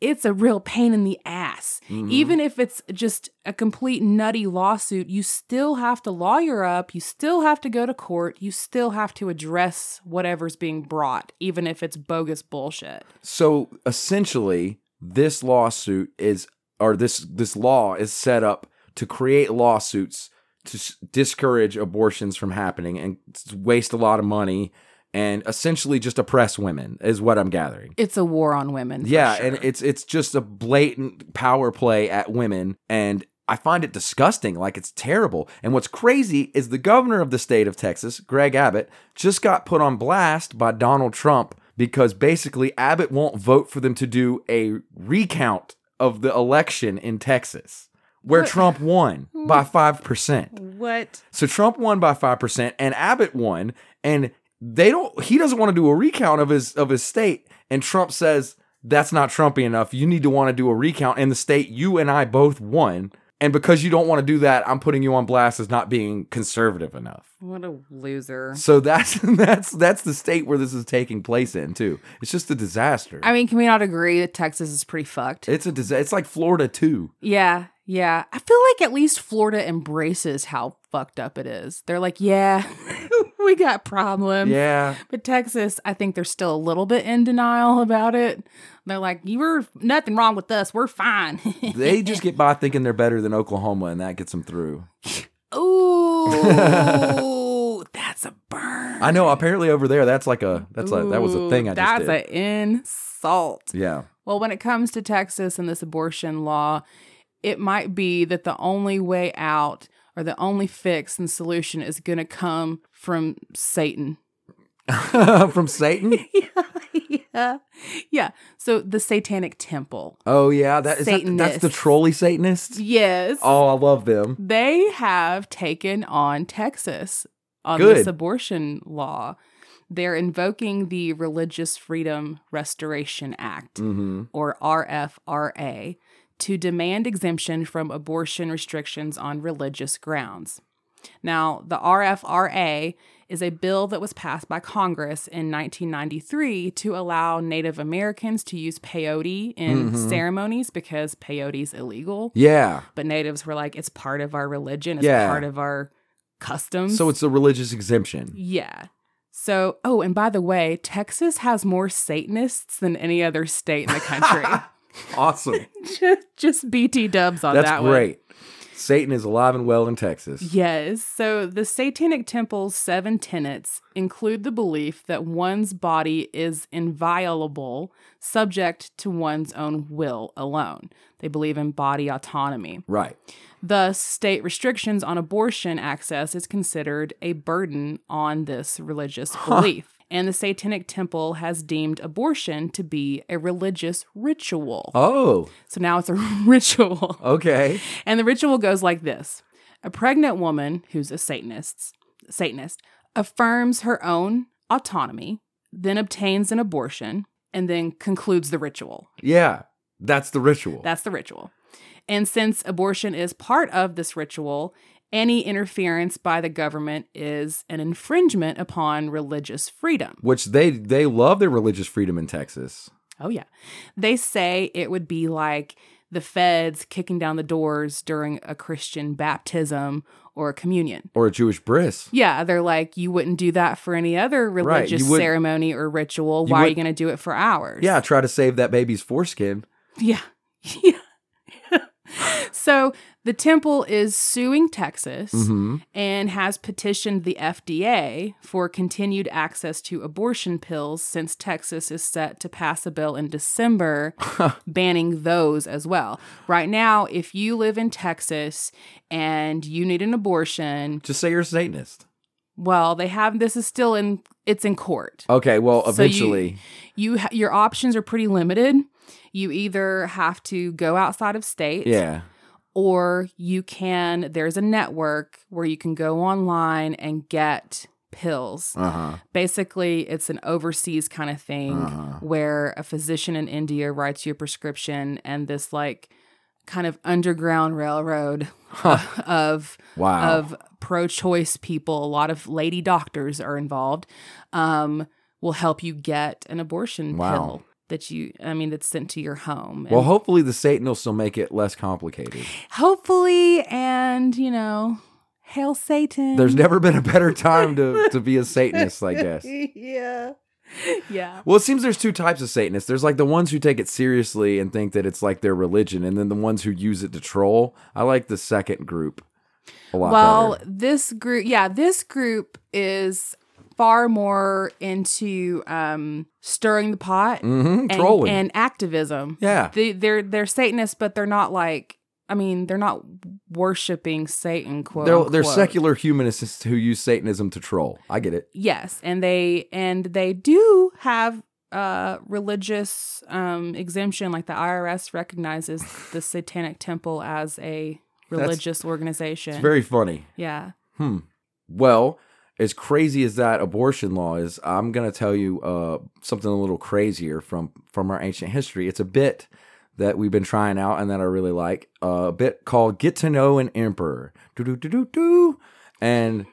S1: it's a real pain in the ass.
S2: Mhm.
S1: Even if it's just a complete nutty lawsuit, you still have to lawyer up. You still have to go to court. You still have to address whatever's being brought, even if it's bogus bullshit.
S2: So essentially, this lawsuit is, or this this law is set up to create lawsuits to s- discourage abortions from happening and s- waste a lot of money and essentially just oppress women is what I'm gathering.
S1: It's a war on women. for
S2: Yeah,
S1: sure.
S2: and it's it's just a blatant power play at women and I find it disgusting. Like it's terrible. And what's crazy is the governor of the state of Texas, Greg Abbott, just got put on blast by Donald Trump because basically Abbott won't vote for them to do a recount of the election in Texas where
S1: What?
S2: Trump won by 5%.
S1: What?
S2: So Trump won by five percent, and Abbott won, and they don't. He doesn't want to do a recount of his of his state, and Trump says that's not Trumpy enough. You need to want to do a recount in the state you and I both won, and because you don't want to do that, I'm putting you on blast as not being conservative enough.
S1: What a loser.
S2: So that's that's that's the state where this is taking place in too. It's just a disaster.
S1: I mean, can we not agree that Texas is pretty fucked?
S2: it's a disa- It's like Florida too.
S1: Yeah, yeah. I feel like at least Florida embraces how fucked up it is. They're like, yeah, we got problems.
S2: Yeah,
S1: But Texas, I think they're still a little bit in denial about it. They're like, you were nothing wrong with us. We're fine.
S2: they just get by thinking they're better than Oklahoma, and that gets them through.
S1: Ooh, that's a burn.
S2: I know. Apparently, over there, that's like a that's like that was a thing. I
S1: Ooh,
S2: just
S1: that's
S2: did.
S1: an insult.
S2: yeah.
S1: Well, when it comes to Texas and this abortion law, it might be that the only way out or the only fix and solution is going to come from Satan.
S2: From Satan.
S1: yeah. Yeah. So the Satanic Temple.
S2: Oh yeah, that is that, that's the
S1: Satanists.
S2: trolley Satanists.
S1: Yes.
S2: Oh, I love them.
S1: They have taken on Texas on
S2: Good.
S1: this abortion law. They're invoking the Religious Freedom Restoration Act.
S2: hmm
S1: or RFRA, to demand exemption from abortion restrictions on religious grounds. Now, the RFRA is a bill that was passed by Congress in 1993 to allow Native Americans to use peyote in
S2: Mhm.
S1: ceremonies because peyote's illegal.
S2: Yeah.
S1: But natives were like, it's part of our religion, it's
S2: Yeah.
S1: part of our customs.
S2: So it's a religious exemption.
S1: Yeah. So, oh, and by the way, Texas has more Satanists than any other state in the country.
S2: awesome.
S1: just, just BT dubs on
S2: That's
S1: that one.
S2: great. Satan is alive and well in Texas.
S1: Yes. So the Satanic Temple's seven tenets include the belief that one's body is inviolable, subject to one's own will alone. They believe in body autonomy.
S2: Right.
S1: Thus, state restrictions on abortion access is considered a burden on this religious belief. And the Satanic Temple has deemed abortion to be a religious ritual.
S2: Oh,
S1: So now it's a ritual.
S2: okay.
S1: And the ritual goes like this A pregnant woman who's a Satanist, Satanist affirms her own autonomy, then obtains an abortion, and then concludes the ritual.
S2: Yeah. That's the ritual.
S1: That's the ritual. And since abortion is part of this ritual, any interference by the government is an infringement upon religious freedom.
S2: Which they they love their religious freedom in Texas.
S1: Oh, yeah. They say it would be like the feds kicking down the doors during a Christian baptism or communion.
S2: Or a Jewish bris.
S1: Yeah, they're like, you wouldn't do that for any other
S2: you
S1: religious
S2: wouldn't-
S1: ceremony or ritual.
S2: you
S1: Why are you
S2: wouldn't-
S1: going to do it for ours?
S2: Yeah, try to save that baby's foreskin.
S1: Yeah. Yeah. so the temple is suing Texas
S2: Mm-hmm.
S1: and has petitioned the FDA for continued access to abortion pills since Texas is set to pass a bill in December banning those as well. Right now, if you live in Texas and you need an abortion,
S2: Just say you're a Satanist.
S1: well, they have this is still in it's in court.
S2: Okay, well,
S1: So you-
S2: eventually.
S1: you ha- your options are pretty limited. You either have to go outside of state,
S2: yeah.
S1: or you can. There's a network where you can go online and get pills.
S2: Uh huh.
S1: Basically, it's an overseas kind of thing
S2: Uh-huh.
S1: where a physician in India writes you a prescription, and this like kind of underground railroad of
S2: Wow.
S1: of pro-choice people a lot of lady doctors are involved um, will help you get an abortion
S2: Wow.
S1: pill that you i mean that's sent to your home
S2: well,
S1: And
S2: hopefully the Satan will still make it less complicated.
S1: hopefully and you know hail satan
S2: There's never been a better time to, to be a Satanist, I guess.
S1: yeah yeah
S2: Well, it seems there's two types of Satanists. There's like the ones who take it seriously and think that it's like their religion, and then the ones who use it to troll. I like the second group a lot
S1: well
S2: better.
S1: this group yeah this group is far more into um stirring the pot
S2: Mhm,
S1: and,
S2: trolling.
S1: and activism
S2: yeah.
S1: they, they're they're Satanists, but they're not like I mean, they're not worshiping Satan, quote.
S2: They're,
S1: unquote.
S2: they're secular humanists who use Satanism to troll. I get it.
S1: Yes, and they and they do have uh religious um exemption like the IRS recognizes the Satanic Temple as a religious organization.
S2: It's very funny.
S1: yeah.
S2: Hmm. Well, as crazy as that abortion law is, I'm going to tell you uh, something a little crazier from from our ancient history. It's a bit that we've been trying out and that I really like. Uh, a bit called "Get to Know an Emperor." Do do do do do. And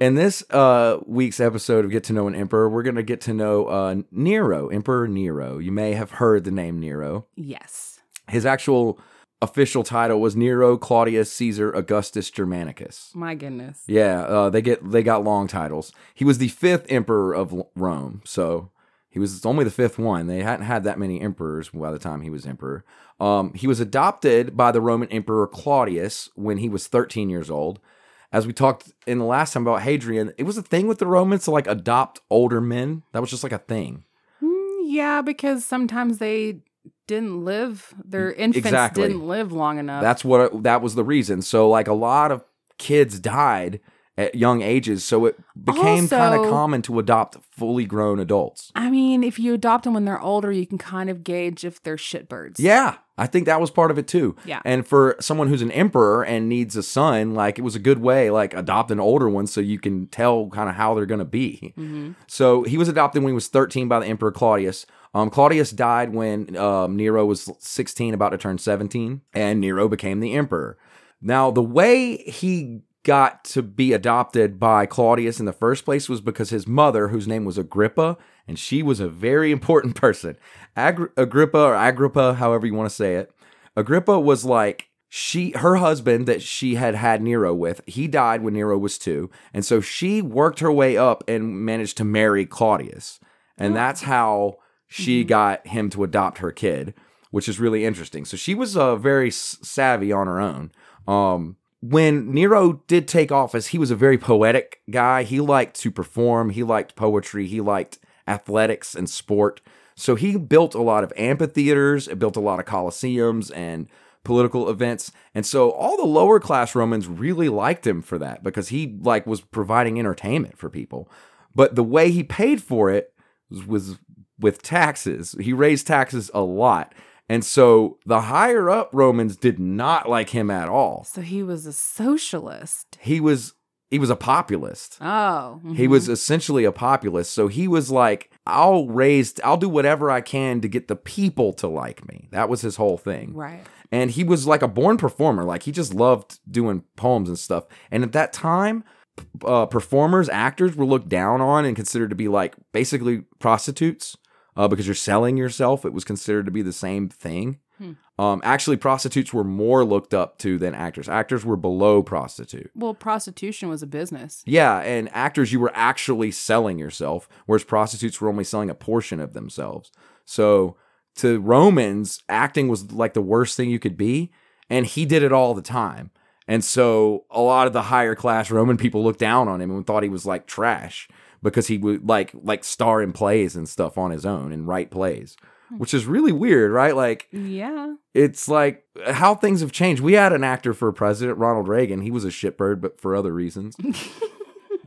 S2: in this uh, week's episode of "Get to Know an Emperor," we're going to get to know uh, Nero, Emperor Nero. You may have heard the name Nero.
S1: Yes.
S2: His actual official title was Nero Claudius Caesar Augustus Germanicus.
S1: My goodness.
S2: Yeah, uh, they get they got long titles. He was the fifth emperor of L- Rome, so he was only the fifth one. They hadn't had that many emperors by the time he was emperor. Um, he was adopted by the Roman emperor Claudius when he was 13 years old. As we talked in the last time about Hadrian, it was a thing with the Romans to like adopt older men. That was just like a thing.
S1: Mm, yeah, because sometimes they didn't live their infants
S2: Mm, exactly.
S1: didn't live long enough.
S2: That's what that was the reason. So like a lot of kids died at young ages, so it became
S1: Also-
S2: kind of common to adopt fully grown adults.
S1: I mean, if you adopt them when they're older, you can kind of gauge if they're shitbirds.
S2: Yeah, I think that was part of it too.
S1: Yeah.
S2: And for someone who's an emperor and needs a son, like it was a good way, like adopt an older one so you can tell kind of how they're going to be.
S1: Mhm.
S2: So he was adopted when he was 13 by the Emperor Claudius. Um, Claudius died when um, Nero was 16, about to turn 17, and Nero became the emperor. Now, the way he got to be adopted by Claudius in the first place was because his mother, whose name was Agrippa, and she was a very important person. Agri- Agrippa or Agrippa, however you want to say it, Agrippa was like she her husband that she had had Nero with. He died when Nero was 2, and so she worked her way up and managed to marry Claudius. And that's how she got him to adopt her kid, which is really interesting. So she was uh, very s- savvy on her own. Um when Nero did take office, he was a very poetic guy. He liked to perform, he liked poetry, he liked athletics and sport. So he built a lot of amphitheaters, it built a lot of coliseums and political events. And so all the lower class Romans really liked him for that because he like was providing entertainment for people. But the way he paid for it was, was with taxes. He raised taxes a lot. And so the higher up Romans did not like him at all.
S1: So he was a socialist.
S2: He was he was a populist.
S1: Oh. mhm.
S2: He was essentially a populist. So he was like, I'll raise, I'll do whatever I can to get the people to like me. That was his whole thing.
S1: right.
S2: And he was like a born performer. Like he just loved doing poems and stuff. And at that time, p- uh, performers, actors were looked down on and considered to be like basically prostitutes uh, because you're selling yourself. It was considered to be the same thing.
S1: Hmm.
S2: Um, actually, prostitutes were more looked up to than actors. Actors were below prostitute.
S1: Well, prostitution was a business.
S2: Yeah, and actors, you were actually selling yourself, whereas prostitutes were only selling a portion of themselves. So to Romans, acting was like the worst thing you could be, and he did it all the time. And so a lot of the higher class Roman people looked down on him and thought he was like trash because he would like like star in plays and stuff on his own and write plays, which is really weird, right? Like
S1: Yeah.
S2: it's like how things have changed. We had an actor for president, Ronald Reagan. He was a shitbird, but for other reasons.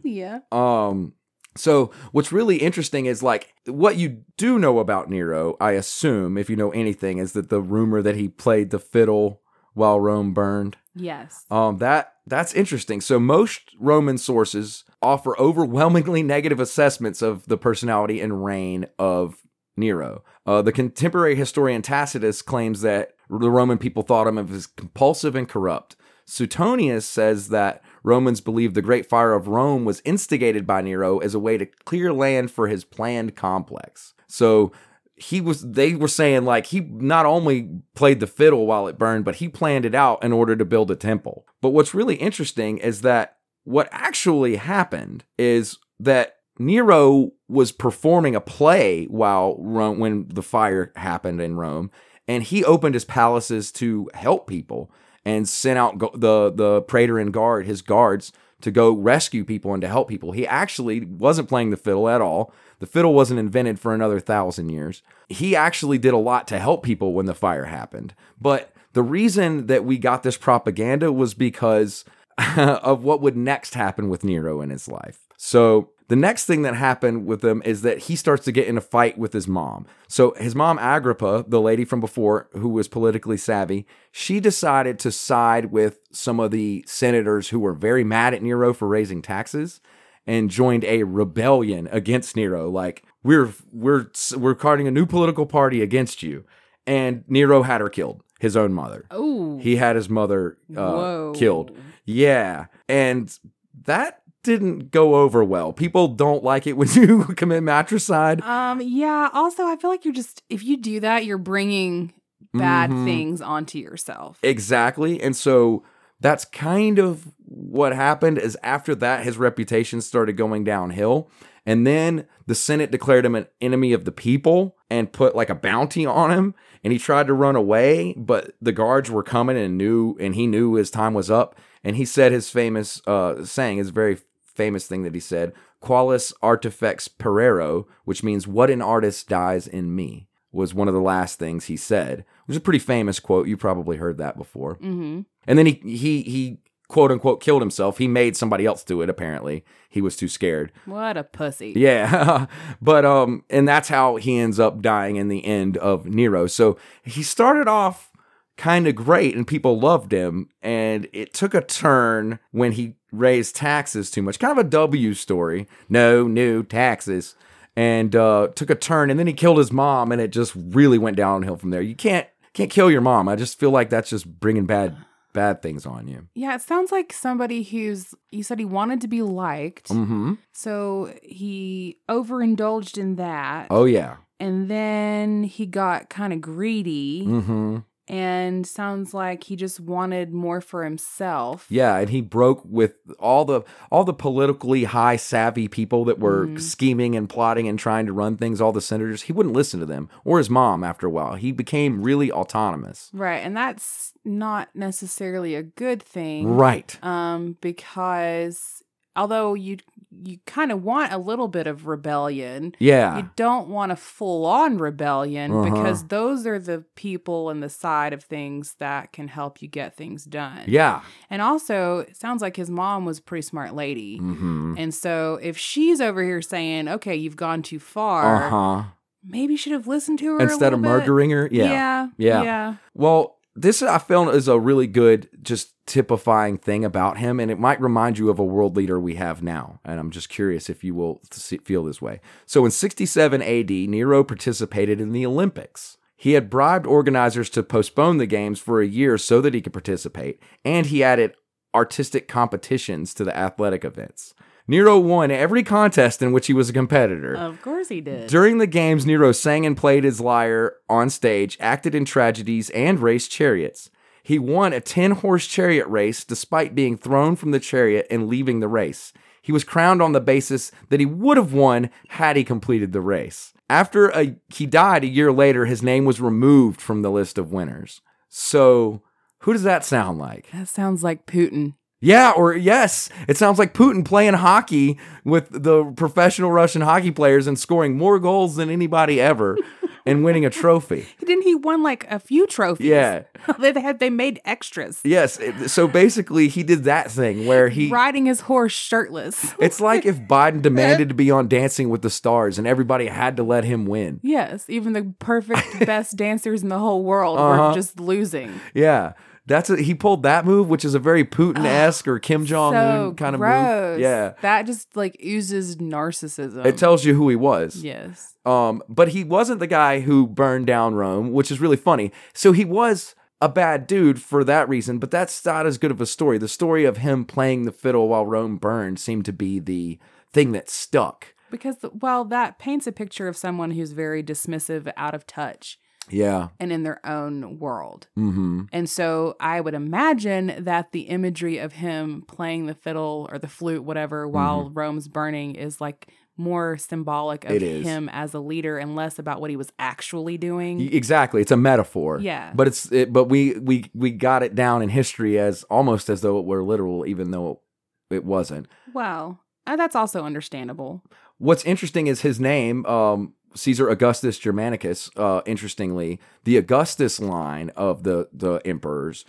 S1: yeah.
S2: Um, so what's really interesting is like what you do know about Nero, I assume, if you know anything, is that the rumor that he played the fiddle while Rome burned.
S1: Yes.
S2: Um, that that's interesting. So most Roman sources offer overwhelmingly negative assessments of the personality and reign of Nero. Uh, the contemporary historian Tacitus claims that the Roman people thought him of as compulsive and corrupt. Suetonius says that Romans believed the Great Fire of Rome was instigated by Nero as a way to clear land for his planned complex. So he was they were saying like he not only played the fiddle while it burned but he planned it out in order to build a temple but what's really interesting is that what actually happened is that nero was performing a play while rome, when the fire happened in rome and he opened his palaces to help people and sent out go- the the praetor and guard his guards to go rescue people and to help people he actually wasn't playing the fiddle at all the fiddle wasn't invented for another thousand years he actually did a lot to help people when the fire happened but The reason that we got this propaganda was because of what would next happen with Nero in his life. So the next thing that happened with him is that he starts to get in a fight with his mom. So his mom Agrippa, the lady from before who was politically savvy, she decided to side with some of the senators who were very mad at Nero for raising taxes and joined a rebellion against Nero like we're we're we're starting a new political party against you. And Nero had her killed, his own mother.
S1: Oh.
S2: He had his mother uh,
S1: Whoa.
S2: killed. Yeah. And that didn't go over well. People don't like it when you commit matricide.
S1: Um. Yeah. Also, I feel like you're just if you do that, you're bringing bad
S2: Mhm.
S1: things onto yourself.
S2: Exactly. And so that's kind of what happened is after that his reputation started going downhill. And then the Senate declared him an enemy of the people and put like a bounty on him and he tried to run away, but the guards were coming and knew and he knew his time was up and he said his famous uh saying his very famous thing that he said, qualis artifex perero, which means what an artist dies in me was one of the last things he said, which is a pretty famous quote. You probably heard that before.
S1: mm-hmm.
S2: And then he he he quote unquote killed himself. He made somebody else do it. Apparently, he was too scared.
S1: What a pussy.
S2: Yeah, but um, and that's how he ends up dying in the end of Nero. So he started off kind of great, and people loved him, and it took a turn when he raised taxes too much. Kind of a W story. No new taxes. And uh, took a turn, and then he killed his mom, and it just really went downhill from there. You can't can't kill your mom. I just feel like that's just bringing bad bad things on you.
S1: Yeah, it sounds like somebody who's you said he wanted to be liked,
S2: Mm-hmm.
S1: so he overindulged in that,
S2: Oh yeah.
S1: and then he got kind of greedy,
S2: Mm-hmm.
S1: and sounds like he just wanted more for himself.
S2: Yeah, and he broke with all the all the politically high savvy people that were
S1: Mhm.
S2: scheming and plotting and trying to run things, all the senators. He wouldn't listen to them or his mom after a while. He became really autonomous.
S1: right, and that's not necessarily a good thing,
S2: Right.
S1: Um, because although you you kind of want a little bit of rebellion,
S2: Yeah.
S1: you don't want a full on rebellion
S2: Ah. Uh-huh.
S1: because those are the people and the side of things that can help you get things done.
S2: Yeah.
S1: And also, it sounds like his mom was a pretty smart lady.
S2: Mhm.
S1: And so if she's over here saying, okay, you've gone too far,
S2: Uh-huh.
S1: maybe you should have listened to her. a
S2: Instead of
S1: little bit.
S2: murdering her. Yeah.
S1: Yeah.
S2: Yeah. Well, this I feel is a really good just typifying thing about him and it might remind you of a world leader we have now. And I'm just curious if you will see, feel this way. So in 67 AD, Nero participated in the Olympics. He had bribed organizers to postpone the games for a year so that he could participate, and he added artistic competitions to the athletic events. Nero won every contest in which he was a competitor.
S1: Of course he did.
S2: During the games, Nero sang and played his lyre on stage, acted in tragedies, and raced chariots. He won a 10 horse chariot race despite being thrown from the chariot and leaving the race. He was crowned on the basis that he would have won had he completed the race. After a, he died a year later, his name was removed from the list of winners. So, who does that sound like?
S1: that sounds like Putin.
S2: Yeah, or yes, it sounds like Putin playing hockey with the professional Russian hockey players and scoring more goals than anybody ever and winning a trophy.
S1: Didn't he won like a few trophies?
S2: Yeah.
S1: they had they made extras.
S2: Yes, it- so basically he did that thing where he
S1: riding his horse shirtless.
S2: it's like if Biden demanded to be on Dancing with the Stars and everybody had to let him win.
S1: Yes, even the perfect best dancers in the whole world
S2: Uh-huh.
S1: were just losing.
S2: Yeah. That's a, he pulled that move, which is a very Putin-esque or Kim Jong Un
S1: so
S2: kind of
S1: gross.
S2: move. Yeah,
S1: that just like oozes narcissism.
S2: it tells you who he was.
S1: yes,
S2: Um, but he wasn't the guy who burned down Rome, which is really funny. So he was a bad dude for that reason, but that's not as good of a story. The story of him playing the fiddle while Rome burned seemed to be the thing that stuck.
S1: because well, that paints a picture of someone who's very dismissive, out of touch,
S2: Yeah.
S1: and in their own world.
S2: Mm-hmm.
S1: And so I would imagine that the imagery of him playing the fiddle or the flute,
S2: Mm-hmm.
S1: whatever, while Rome's burning is like more symbolic of
S2: It is.
S1: him as a leader and less about what he was actually doing.
S2: E, Exactly. It's a metaphor.
S1: Yeah.
S2: But it's it, but we we we got it down in history as almost as though it were literal, even though it wasn't.
S1: Well, Uh, that's also understandable.
S2: What's interesting is his name, um, Caesar Augustus Germanicus. Uh, interestingly, the Augustus line of the the emperors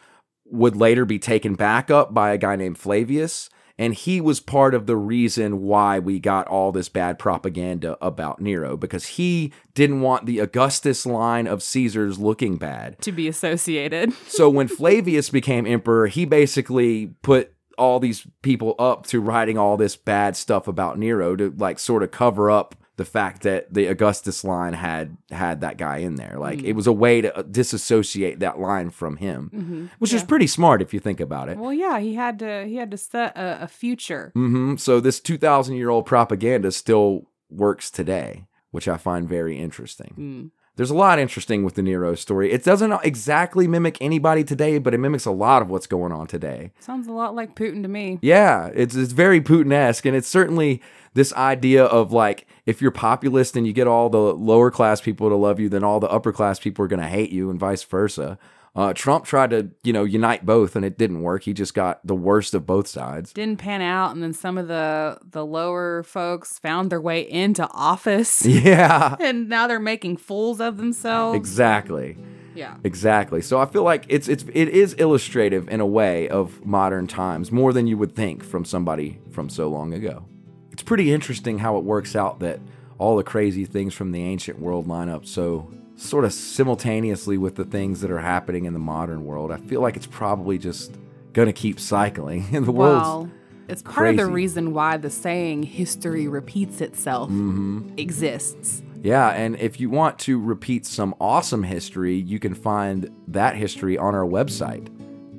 S2: would later be taken back up by a guy named Flavius, and he was part of the reason why we got all this bad propaganda about Nero because he didn't want the Augustus line of Caesars looking bad.
S1: To be associated.
S2: So when Flavius became emperor, he basically put all these people up to writing all this bad stuff about Nero to like sort of cover up the fact that the Augustus line had had that guy in there. Like it was a way to uh, disassociate that line from him, which is pretty smart if you think about it.
S1: Well, yeah, he had to he had to set a, a future.
S2: hmm So this 2,000 year old propaganda still works today, which I find very interesting.
S1: Mm.
S2: There's a lot interesting with the Nero story. It doesn't exactly mimic anybody today, but it mimics a lot of what's going on today.
S1: Sounds a lot like Putin to me.
S2: Yeah, it's it's very Putin-esque, and it's certainly this idea of like if you're populist and you get all the lower class people to love you, then all the upper class people are going to hate you, and vice versa. Uh, Trump tried to you know unite both, and it didn't work. He just got the worst of both sides.
S1: Didn't pan out, and then some of the the lower folks found their way into office,
S2: Yeah,
S1: and now they're making fools of themselves.
S2: exactly.
S1: yeah,
S2: Exactly. So I feel like it's it's it is illustrative in a way of modern times more than you would think from somebody from so long ago. It's pretty interesting how it works out that all the crazy things from the ancient world line up so sort of simultaneously with the things that are happening in the modern world. I feel like it's probably just going to keep cycling in the world.
S1: well, it's part of the
S2: crazy.
S1: reason why the saying "history repeats itself"
S2: Mm-hmm.
S1: exists.
S2: Yeah, and if you want to repeat some awesome history, you can find that history on our website.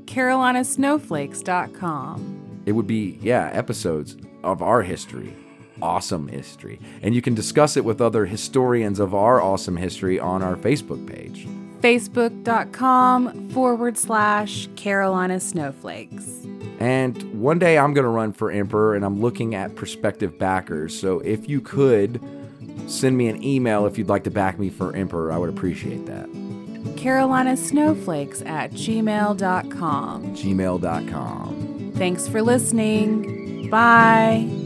S1: CarolinaSnowflakes.com.
S2: It would be, yeah, episodes of our history. Awesome history. And you can discuss it with other historians of our awesome history on our Facebook page.
S1: Facebook.com forward slash Carolina Snowflakes.
S2: And one day I'm going to run for emperor and I'm looking at prospective backers. So if you could send me an email if you'd like to back me for emperor, I would appreciate that.
S1: Carolina Snowflakes at gmail.com.
S2: gmail.com.
S1: Thanks for listening. Bye.